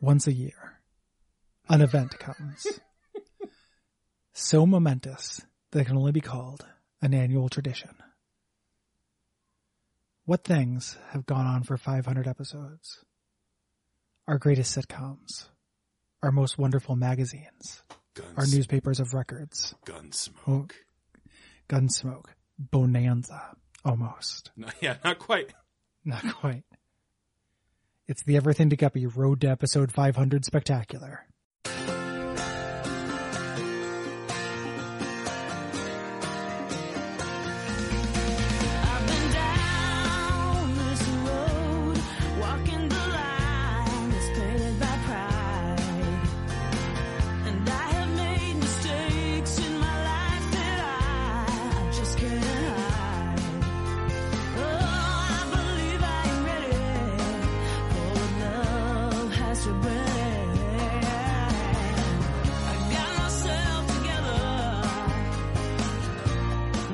once a year, an event comes. so momentous that it can only be called an annual tradition. What things have gone on for 500 episodes? Our greatest sitcoms, our most wonderful magazines, Guns, our newspapers of records, Gunsmoke. Gunsmoke, Bonanza, almost. No, yeah, not quite. Not quite. It's the Everything to Guppy Road to Episode 500 Spectacular. I've been down this road, walking the line that's painted by pride, and I have made mistakes in my life that I I just can't hide. Oh, I believe I am ready for what love has to bring. I got myself together.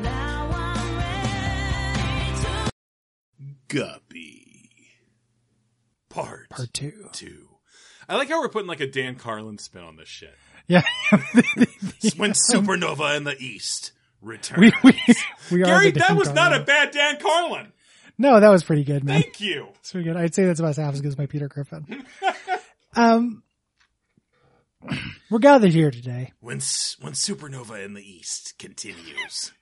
Now I'm ready to Guppy. Part, Part two. two. I like how we're putting like a Dan Carlin spin on this shit. Yeah. When supernova in the east returns. we, we, we are Gary, the that Dickens was not Carlin. a bad Dan Carlin. No, that was pretty good, man. Thank you. That's pretty good. I'd say that's about as half as good as my Peter Griffin. um, we're gathered here today When s- when supernova in the east continues.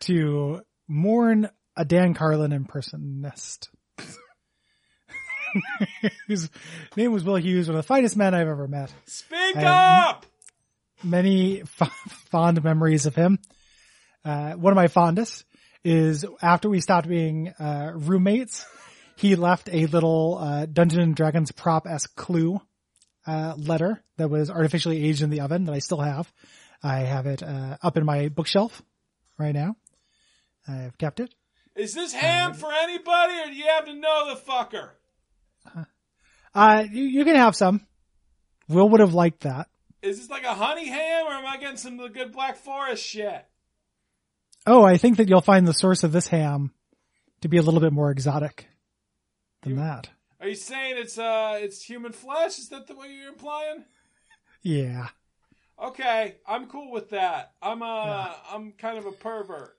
to mourn a Dan Carlin impersonist. His name was Will Hughes, one of the finest men I've ever met. Speak Um, up. many f- fond memories of him. Uh, one of my fondest is after we stopped being uh, roommates, he left a little uh, Dungeons and Dragons prop esque clue uh, letter that was artificially aged in the oven that I still have. I have it uh, up in my bookshelf right now. I've kept it. Is this ham for anybody, or do you have to know the fucker? Uh, you, you can have some. Will would have liked that. Is this like a honey ham, or am I getting some of the good Black Forest shit? Oh, I think that you'll find the source of this ham to be a little bit more exotic than that. Are you saying it's uh it's human flesh? Is that the way you're implying? Yeah. Okay, I'm cool with that. I'm uh I'm kind of a pervert.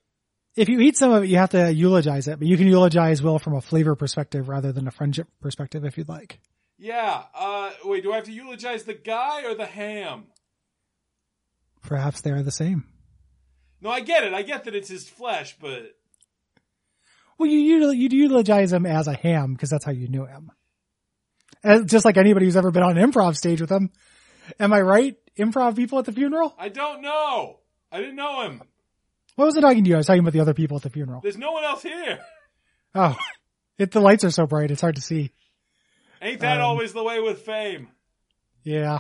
If you eat some of it, you have to eulogize it, but you can eulogize Will from a flavor perspective rather than a friendship perspective if you'd like. Yeah. Uh wait, do I have to eulogize the guy or the ham? Perhaps they are the same. No, I get it. I get that it's his flesh, but Well, you util- you eulogize him as a ham because that's how you knew him. As, just like anybody who's ever been on an improv stage with him. Am I right? Improv people at the funeral? I don't know. I didn't know him. What was I talking to you? I was talking about the other people at the funeral. There's no one else here. Oh, it, the lights are so bright. It's hard to see. Ain't that Um, always the way with fame? Yeah.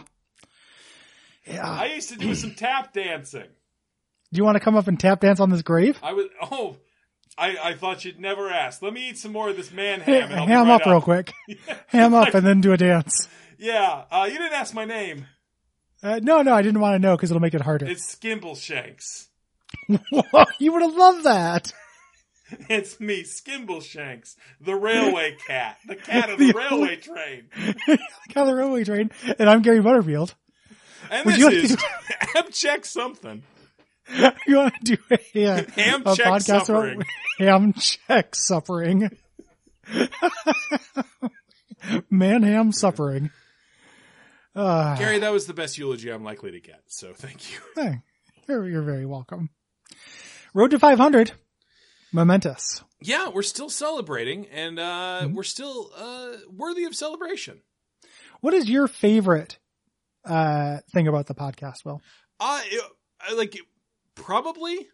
Yeah. I used to do some tap dancing. Do you want to come up and tap dance on this grave? I was oh, I I thought you'd never ask. Let me eat some more of this man ham. Ham, and I'll be right up real quick. ham up and then do a dance. Yeah, uh, you didn't ask my name. Uh, no, no, I didn't want to know because it'll make it harder. It's Skimbleshanks. Whoa, you would have loved that. It's me, Skimbleshanks, the railway cat, the cat of the railway train. Got the railway train, and I'm Gary Butterfield. And Would this you like is to ham check something. you want to do a, uh, Ham a check podcast suffering. about ham check suffering? Man, ham suffering. Uh, Gary, that was the best eulogy I'm likely to get. So thank you. hey, you're, you're very welcome. Road to 500, momentous. Yeah, we're still celebrating, and uh, Mm-hmm. we're still uh, worthy of celebration. What is your favorite uh, thing about the podcast, Will? Uh, it- I like probably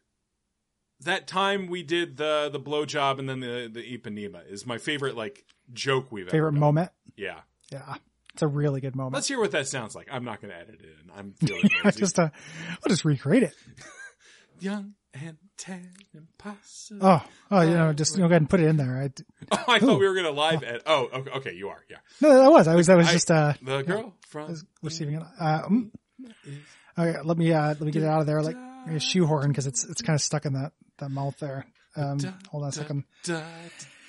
that time we did the the blowjob and then the the Ipanema is my favorite like joke we've ever Favorite done. moment? Yeah, Yeah, it's a really good moment. let's hear what that sounds like. I'm not going to edit it in. I'm feeling lazy. just uh, I'll just recreate it. young and tan and possible. Oh, oh, you know, just you know, go ahead and put it in there. I, d- Oh, I thought we were going to live edit. Oh, okay, okay, you are. Yeah, no, that was I was that was I- just uh, the girl I from was receiving it. Uh, mm. okay, let me uh, let me get it out of there like a shoehorn because it's it's kind of stuck in that that mouth there. Um, hold on a second. da,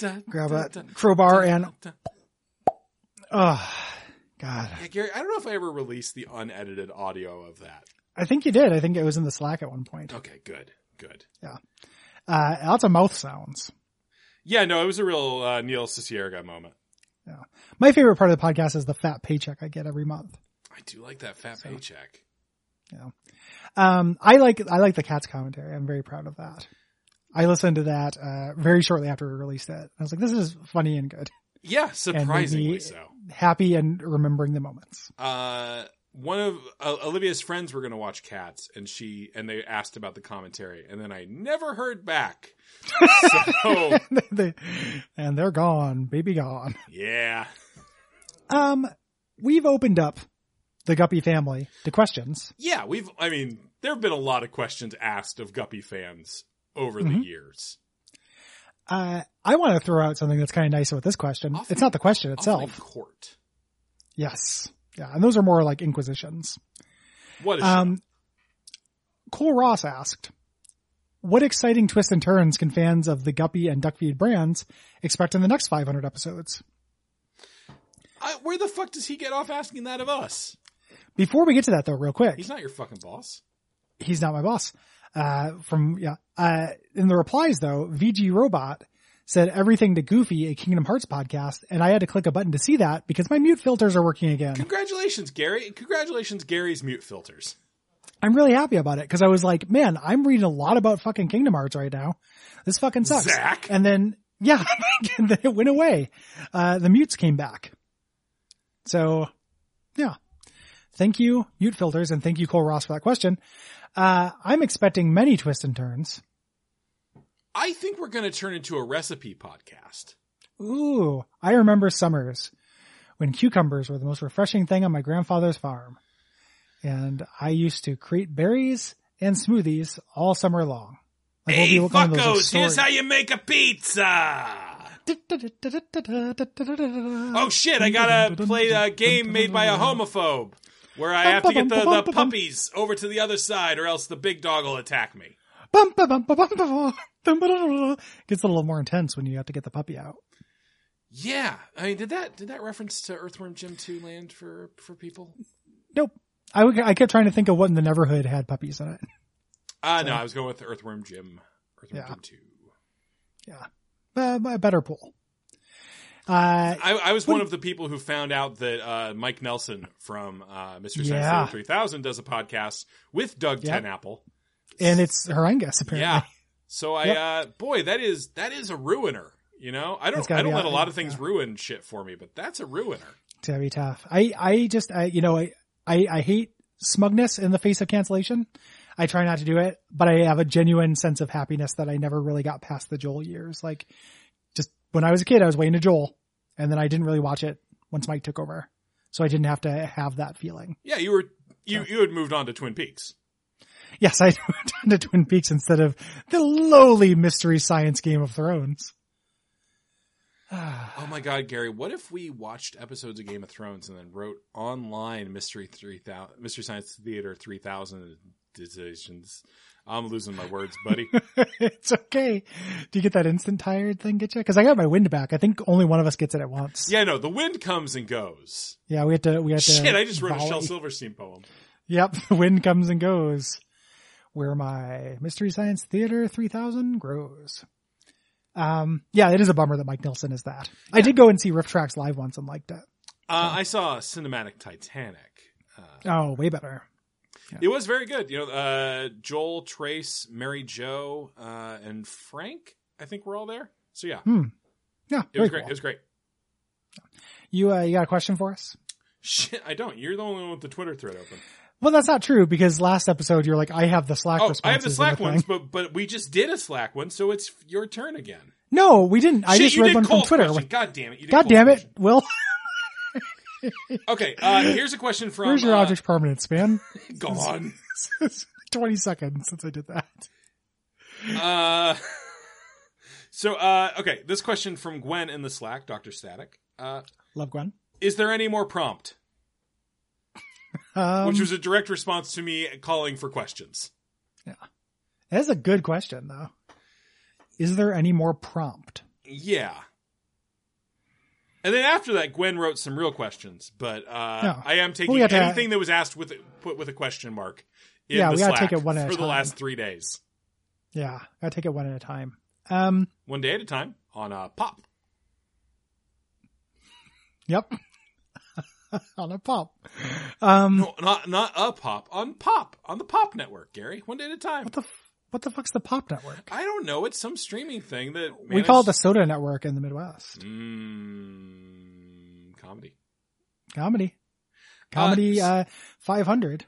da, Grab da, a da, crowbar da, and da. uh God, Yeah, Gary, I don't know if I ever released the unedited audio of that. I think you did. I think it was in the Slack at one point. Okay, good, good. Uh, lots of mouth sounds. Yeah, no, it was a real uh, Neil Cicierga moment. My favorite part of the podcast is the fat paycheck I get every month. I do like that fat So- paycheck. Um, I like, I like the cat's commentary. I'm very proud of that. I listened to that, uh, very shortly after we released it. I was like, this is funny and good. Yeah, surprisingly maybe- so. Happy and remembering the moments. Uh, one of uh, Olivia's friends were going to watch Cats, and she and they asked about the commentary, and then I never heard back. so They- and they're gone, baby gone. yeah, Um, we've opened up the Guppy family to questions. yeah, we've. I mean, there have been a lot of questions asked of Guppy fans over Mhm. the years. Uh, I want to throw out something that's kind of nice about this question. Awfully- it's not the question Awfully itself. court. Yes. Yeah. And those are more like inquisitions. What is Um, Cole Ross asked, what exciting twists and turns can fans of the Guppy and Duckfeed brands expect in the next 500 episodes? I, where the fuck does he get off asking that of us? Before we get to that though, real quick, He's not your fucking boss. he's not my boss. Uh, from, yeah. Uh, in the replies though, VG Robot said everything to Goofy, a Kingdom Hearts podcast, and I had to click a button to see that because my mute filters are working again. Congratulations, Gary. and Congratulations, Gary's mute filters. I'm really happy about it because I was like, man, I'm reading a lot about fucking Kingdom Hearts right now. This fucking sucks. Zach. And then, yeah, and then it went away. Uh, the mutes came back. So, yeah. Thank you, mute filters, and thank you, Cole Ross, for that question. Uh, I'm expecting many twists and turns. I think we're going to turn into a recipe podcast. Ooh, I remember summers when cucumbers were the most refreshing thing on my grandfather's farm. And I used to create berries and smoothies all summer long. Like, we'll be looking at those, like, stories. you make a Uh, pizza. Oh shit, I gotta play a game made by a homophobe where I have to get the, the puppies over to the other side or else the big dog will attack me. Bum, ba, bum, ba, bum, ba, bum, ba, da, da, da. Gets a little more intense when you have to get the puppy out. Yeah. I mean, did that did that reference to Earthworm Jim 2 land for for people? Nope. I, would- I kept trying to think of what in the Neverhood had puppies in it. Uh no, I was going with Earthworm Jim. Earthworm Yeah. Jim 2. Uh, a better pool. Uh, I, I was one of the people who found out that uh, Mike Nelson from uh, Mr. Science Yeah. Theater 3000 does a podcast with Doug Yep. Tenapple. and it's Harangas apparently. Yeah. So I, uh, boy, that is that is a ruiner. You know, I That's don't gotta I don't be let a out- lot of things yeah. ruin shit for me, but that's a ruiner. It's gonna be tough. I, I just, I, you know, I, I, I hate smugness in the face of cancellation. I try not to do it, but I have a genuine sense of happiness that I never really got past the Joel years. Like just when I was a kid, I was way into Joel and then I didn't really watch it once Mike took over. So I didn't have to have that feeling. Yeah, you were you you had moved on to Twin Peaks. Yes, I went down to Twin Peaks instead of the lowly mystery science Game of Thrones. Oh my God, Gary, what if we watched episodes of Game of Thrones and then wrote online Mystery Three Thousand Mystery Science Theater Three Thousand decisions? I'm losing my words, buddy. it's okay. Do you get that instant tired thing get you? Cause I got my wind back. I think only one of us gets it at once. yeah, no, the wind comes and goes. Yeah, we had to. We had to. Shit, I just wrote a volley. Shel Silverstein poem. Yep, the wind comes and goes, where my Mystery Science Theater 3000 grows. Um, yeah, it is a bummer that Mike Nelson is that. I did go and see Riff Tracks live once and liked it. Uh, I saw Cinematic Titanic. Uh, Oh, way better. It was very good. You know, uh, Joel, Trace, Mary Jo, uh, and Frank, I think we're all there. So yeah, Yeah, it very was great. cool. It was great. You, uh, you got a question for us? Shit, I don't. You're the only one with the Twitter thread open. Well, that's not true because last episode you're like, I have the Slack. Oh, I responses have the in Slack thing. ones, but but we just did a Slack one, so it's your turn again. No, we didn't. I Shit, just you read did one from Cole's Twitter. question. God damn it! You did God Cole's damn it, question. Will. Okay, uh, here's a question from. Where's your uh, object permanence, man? Gone. It's 20 seconds since I did that. Uh, so uh, okay, this question from Gwen in the Slack, Doctor Static. Uh, Love Gwen. is there any more prompt? Um, which was a direct response to me calling for questions. That's a good question, though. Is there any more prompt? Yeah. And then after that, Gwen wrote some real questions, but uh, Yeah. I am taking we had to- anything that was asked with put with a question mark. In Yeah, the we gotta Slack take it one at a for the time. last three days, Yeah, gotta take it one at a time. Um, one day at a time on uh, pop. yep. On a pop. Um, No, not not a pop on pop on the pop network, Gary. One day at a time. what the f- what the fuck's the pop network? I don't know. It's some streaming thing that We call it the soda network in the Midwest. mm, comedy. Comedy, comedy, Uh, uh, five hundred.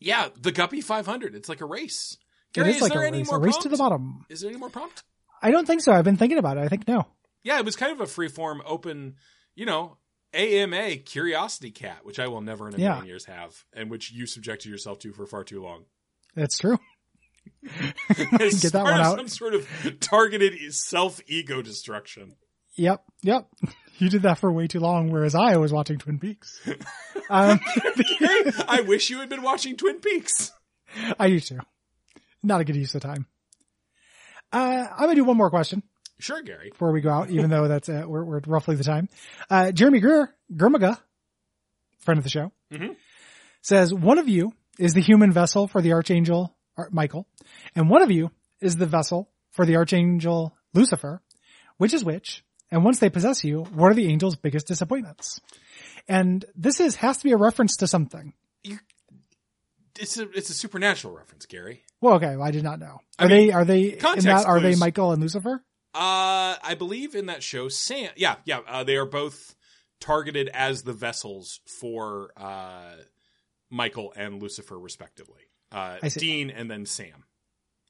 Yeah, the Guppy 500. It's like a race. It Gary, is is, like a there any race, more a race prompt? to the bottom. Is there any more prompt? I don't think so. I've been thinking about it. I think no. Yeah, it was kind of a free form, open, you know, AMA curiosity cat, which I will never in a Yeah. million years have, and which you subjected yourself to for far too long. That's true. It's Get that part one of out. Some sort of targeted self ego destruction. Yep, yep. You did that for way too long, whereas I was watching Twin Peaks. um, Hey, I wish you had been watching Twin Peaks. I do too. Not a good use of time. Uh, I'm gonna do one more question Sure, Gary. before we go out, even though that's uh, we're, we're at roughly the time. Uh, Jeremy Greer, Gurmaga, friend of the show, Mhm. says one of you is the human vessel for the archangel Ar- Michael, and one of you is the vessel for the archangel Lucifer. Which is which? And once they possess you, what are the angel's biggest disappointments? And this is has to be a reference to something. It's a it's a supernatural reference, Gary. Well, okay, well, I did not know. I Are mean, they are they in context that, are they clues. Michael and Lucifer? Uh, I believe in that show, Sam. Yeah, yeah. Uh, they are both targeted as the vessels for uh, Michael and Lucifer, respectively. Uh, I see. Dean and then Sam.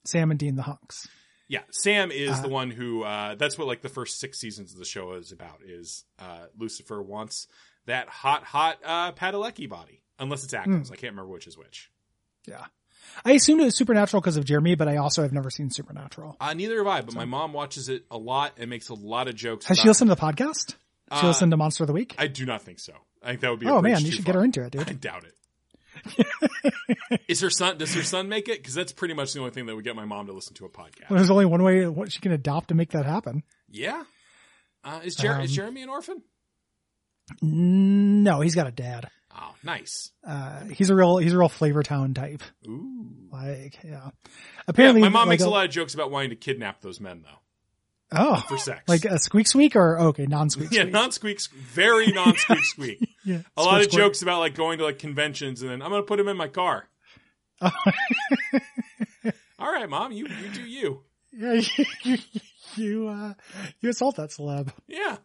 Sam and Dean the hunks. Yeah, Sam is Uh, the one who. Uh, that's what like the first six seasons of the show is about. Is uh, Lucifer wants that hot, hot uh, Padalecki body? Unless it's Ackles. Hmm. I can't remember which is which. I assumed it was Supernatural because of Jeremy, but I also have never seen Supernatural. Uh, neither have I, but my mom watches it a lot and makes a lot of jokes. Has she about- listened to the podcast? She Uh, listened to Monster of the Week. I do not think so. I think that would be. a oh bridge man, you too should far. get her into it, I dude. doubt it. Is her son? Does her son make it? Because that's pretty much the only thing that would get my mom to listen to a podcast. There's only one way what she can adopt to make that happen. Yeah. Uh, is, Jer- is Um, Jeremy an orphan? No, he's got a dad. Oh, nice. Uh, he's a real he's a real Flavor Town type. Ooh. Like, yeah. Yeah, Apparently, my mom like makes a lot of jokes about wanting to kidnap those men though Oh, for sex. like a squeak squeak or oh, okay, non squeak. yeah, non squeak, very non squeak squeak. yeah. A lot squirt, of squirt. jokes about like going to like conventions and then I'm gonna put him in my car. All right, mom, you you do you. Yeah, you you, uh, you assault that celeb, Yeah.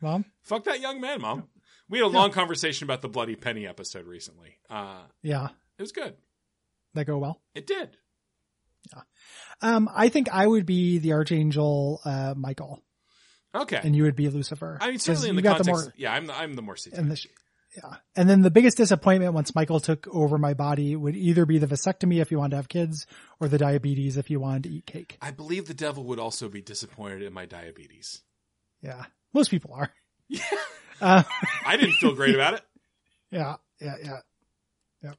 mom. Fuck that young man, mom. We had a long conversation about the bloody penny episode recently. Uh, Yeah, it was good. that go well. It did. Um, I think I would be the archangel uh, Michael, Okay. and you would be Lucifer. I mean, 'Cause certainly in you the got context. more, yeah, I'm the, I'm the more seasoned. and the, yeah, and then the biggest disappointment once Michael took over my body would either be the vasectomy if you wanted to have kids, or the diabetes if you wanted to eat cake. I believe the devil would also be disappointed in my diabetes. Yeah, most people are. Yeah. Uh, I didn't feel great about it. yeah, yeah, yeah, yeah.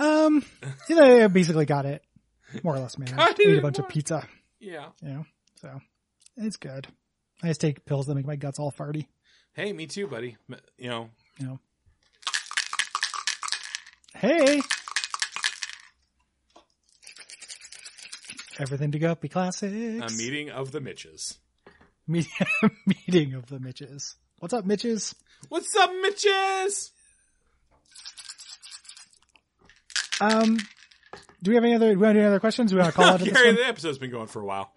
Um, you know, I basically got it, more or less, man. Got Ate it, a bunch more- of pizza, Yeah. you know, so it's good. I just take pills that make my guts all farty. Hey, me too, buddy. M- You know, you know. Hey. Everything to Guppy a Classics. meeting of the Mitches. Me- meeting of the Mitches. What's up, Mitches? What's up, Mitches? Um, do we have any other? Do we have any other questions? Do we want to call out to this Gary, one? the episode's been going for a while.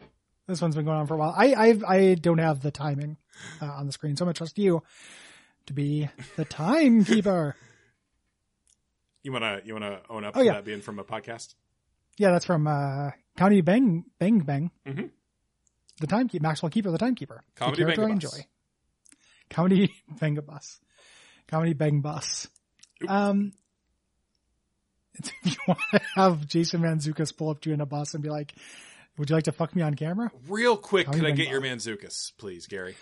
This one's been going on for a while. I I've, I don't have the timing uh, on the screen, so I'm gonna trust you to be the timekeeper. You wanna you wanna own up Oh, to yeah. that being from a podcast? yeah, that's from uh, County Bang Bang Bang. Mhm. The timekeeper, Maxwell Keeper, the timekeeper. The Comedy character Bang I Bus. enjoy. Comedy Bang Bus. Comedy Bang Bus. Oop. Um, if you want to have Jason Manzukas pull up to you in a bus and be like, "Would you like to fuck me on camera?" Real quick, How could you I been, get your Bob? Manzukas, please, Gary?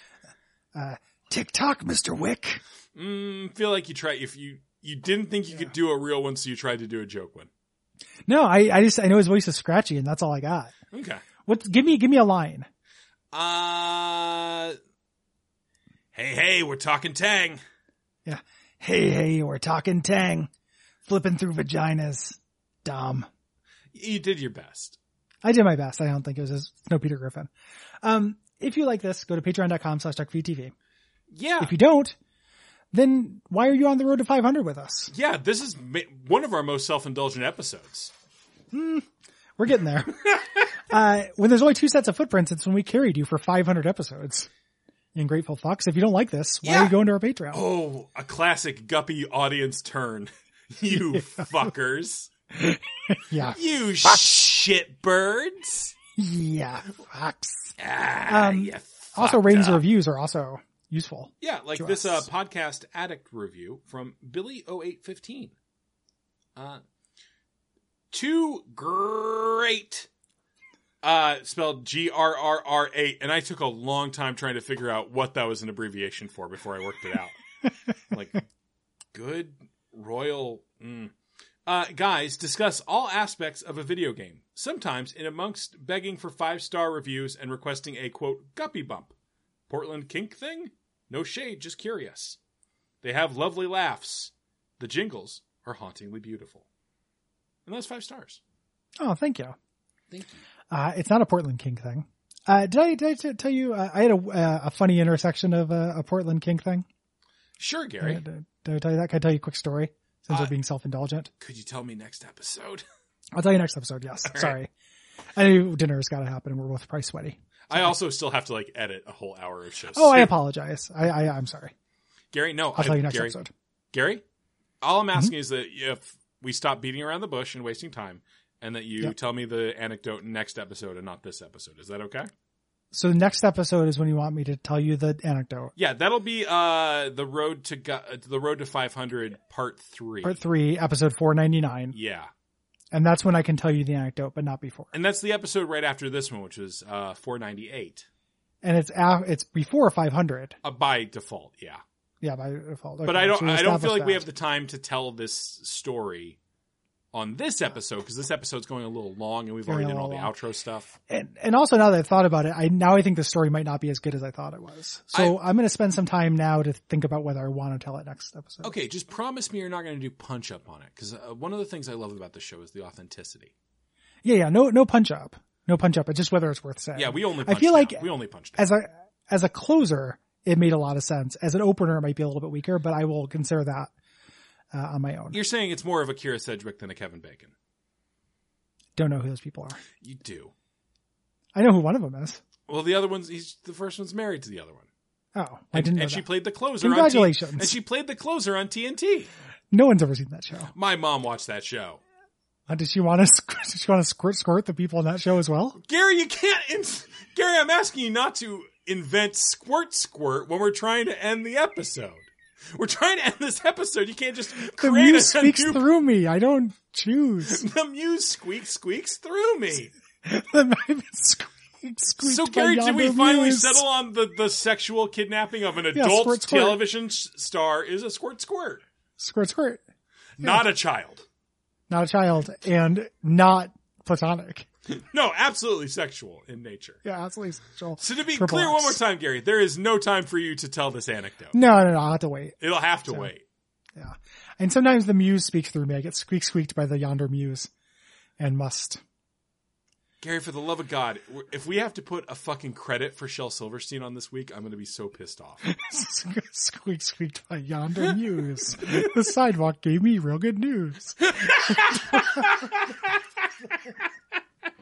TikTok, Mr. Wick. Mm, feel like you tried if you you didn't think you could do a real one, so you tried to do a joke one. No, I, I just I know his voice is scratchy, and that's all I got. Okay. What's give me give me a line? Uh Hey, hey, we're talking Tang. Hey, hey, we're talking Tang, flipping through vaginas. Dom. You did your best. I did my best. I don't think it was as no Peter Griffin. Um, if you like this, go to patreon.com slash duckfeedtv. Yeah. If you don't, then why are you on the road to 500 with us? Yeah, this is ma- one of our most self-indulgent episodes. We're getting there. uh, when there's only two sets of footprints, it's when we carried you for 500 episodes. You Ungrateful fucks. If you don't like this, why are Yeah. you going to our Patreon? Oh, a classic guppy audience turn. You fuckers. Yeah. You shitbirds. Yeah. Fucks. Ah, Um, you Also, fucked ratings up. and reviews are also useful. Yeah, like to this uh, us. podcast addict review from Billy0815. Uh, two great, uh, spelled G R R R A, and I took a long time trying to figure out what that was an abbreviation for before I worked it out. like, good royal. Mm. Uh, guys, discuss all aspects of a video game, sometimes in amongst begging for five star reviews and requesting a quote guppy bump. Portland kink thing? No shade, just curious. They have lovely laughs. The jingles are hauntingly beautiful. And that's five stars. Oh, thank you. Thank you. Uh, it's not a Portland King thing. Uh, did I, did I t- tell you, uh, I had a, uh, a funny intersection of uh, a Portland King thing? Sure, Gary. Did, did- did I tell you that? Can I tell you a quick story since Uh, we're being self-indulgent? Could you tell me next episode? I'll tell you next episode. Yes. right. Sorry. I knew dinner's got to happen and we're both probably sweaty. I also still have to like edit a whole hour of shows. Oh, I apologize. I, I, I'm sorry. Gary, no. I'll tell you next Gary, episode. Mm-hmm. Gary, all I'm asking is that if we stop beating around the bush and wasting time, and that you Yep. tell me the anecdote next episode and not this episode. Is that okay? So the next episode is when you want me to tell you the anecdote. Yeah, that'll be uh the road to gu- uh, the road to 500 part 3. Part three, episode 499. Yeah. And that's when I can tell you the anecdote, but not before. And that's the episode right after this one, which was uh, 498 And it's, af- it's before 500. uh, by default. Yeah, Yeah, by default. but Okay, I don't. so we I don't feel established like we that. have the time to tell this story on this episode because this episode's going a little long, and we've Going already a done all the little long. outro stuff. and, and also now that I thought about it, I now I think the story might not be as good as I thought it was. So I, am going to spend some time now to think about whether I want to tell it next episode. Okay, just promise me you're not going to do punch up on it because uh, one of the things I love about the show is the authenticity. Yeah, yeah, no, no punch up, no punch up, but just whether it's worth saying. Yeah, we only. I Punched feel like down. we only punched. Down. as a as a closer, it made a lot of sense. As an opener, it might be a little bit weaker, but I will consider that uh, on my own. You're saying it's more of a Kira Sedgwick than a Kevin Bacon. Don't know who those people are. You do. I know who one of them is. Well, the other one's he's the first one's married to the other one. Oh, I And, didn't know and she that. played the closer. On Congratulations. T- and she played the closer on TNT. no one's ever seen that show. My mom watched that show. Uh, did she want to? squ- Did she want to squirt squirt the people in that show as well? Gary, you can't. In- Gary, I'm asking you not to invent squirt squirt when we're trying to end the episode. We're trying to end this episode. You can't just The create muse a speaks new- through me. I don't choose. The muse squeaks squeaks through me. that might have been squeaked, squeaked So, by Gary, did we Yonder finally Muse. settle on the, the sexual kidnapping of an adult squirt, squirt. television s- star is a squirt squirt, Squirt, squirt. not a child. Not a child and not platonic. No, absolutely sexual in nature. Yeah, absolutely sexual. So to be Triple clear, X. one more time, Gary, there is no time for you to tell this anecdote. No, no, no. I'll have to wait. It'll have to wait. Yeah. And sometimes the muse speaks through me. I get squeak squeaked by the yonder muse and must. Gary, for the love of God, if we have to put a fucking credit for Shel Silverstein on this week, I'm going to be so pissed off. squeak squeaked by yonder muse. the sidewalk gave me real good news.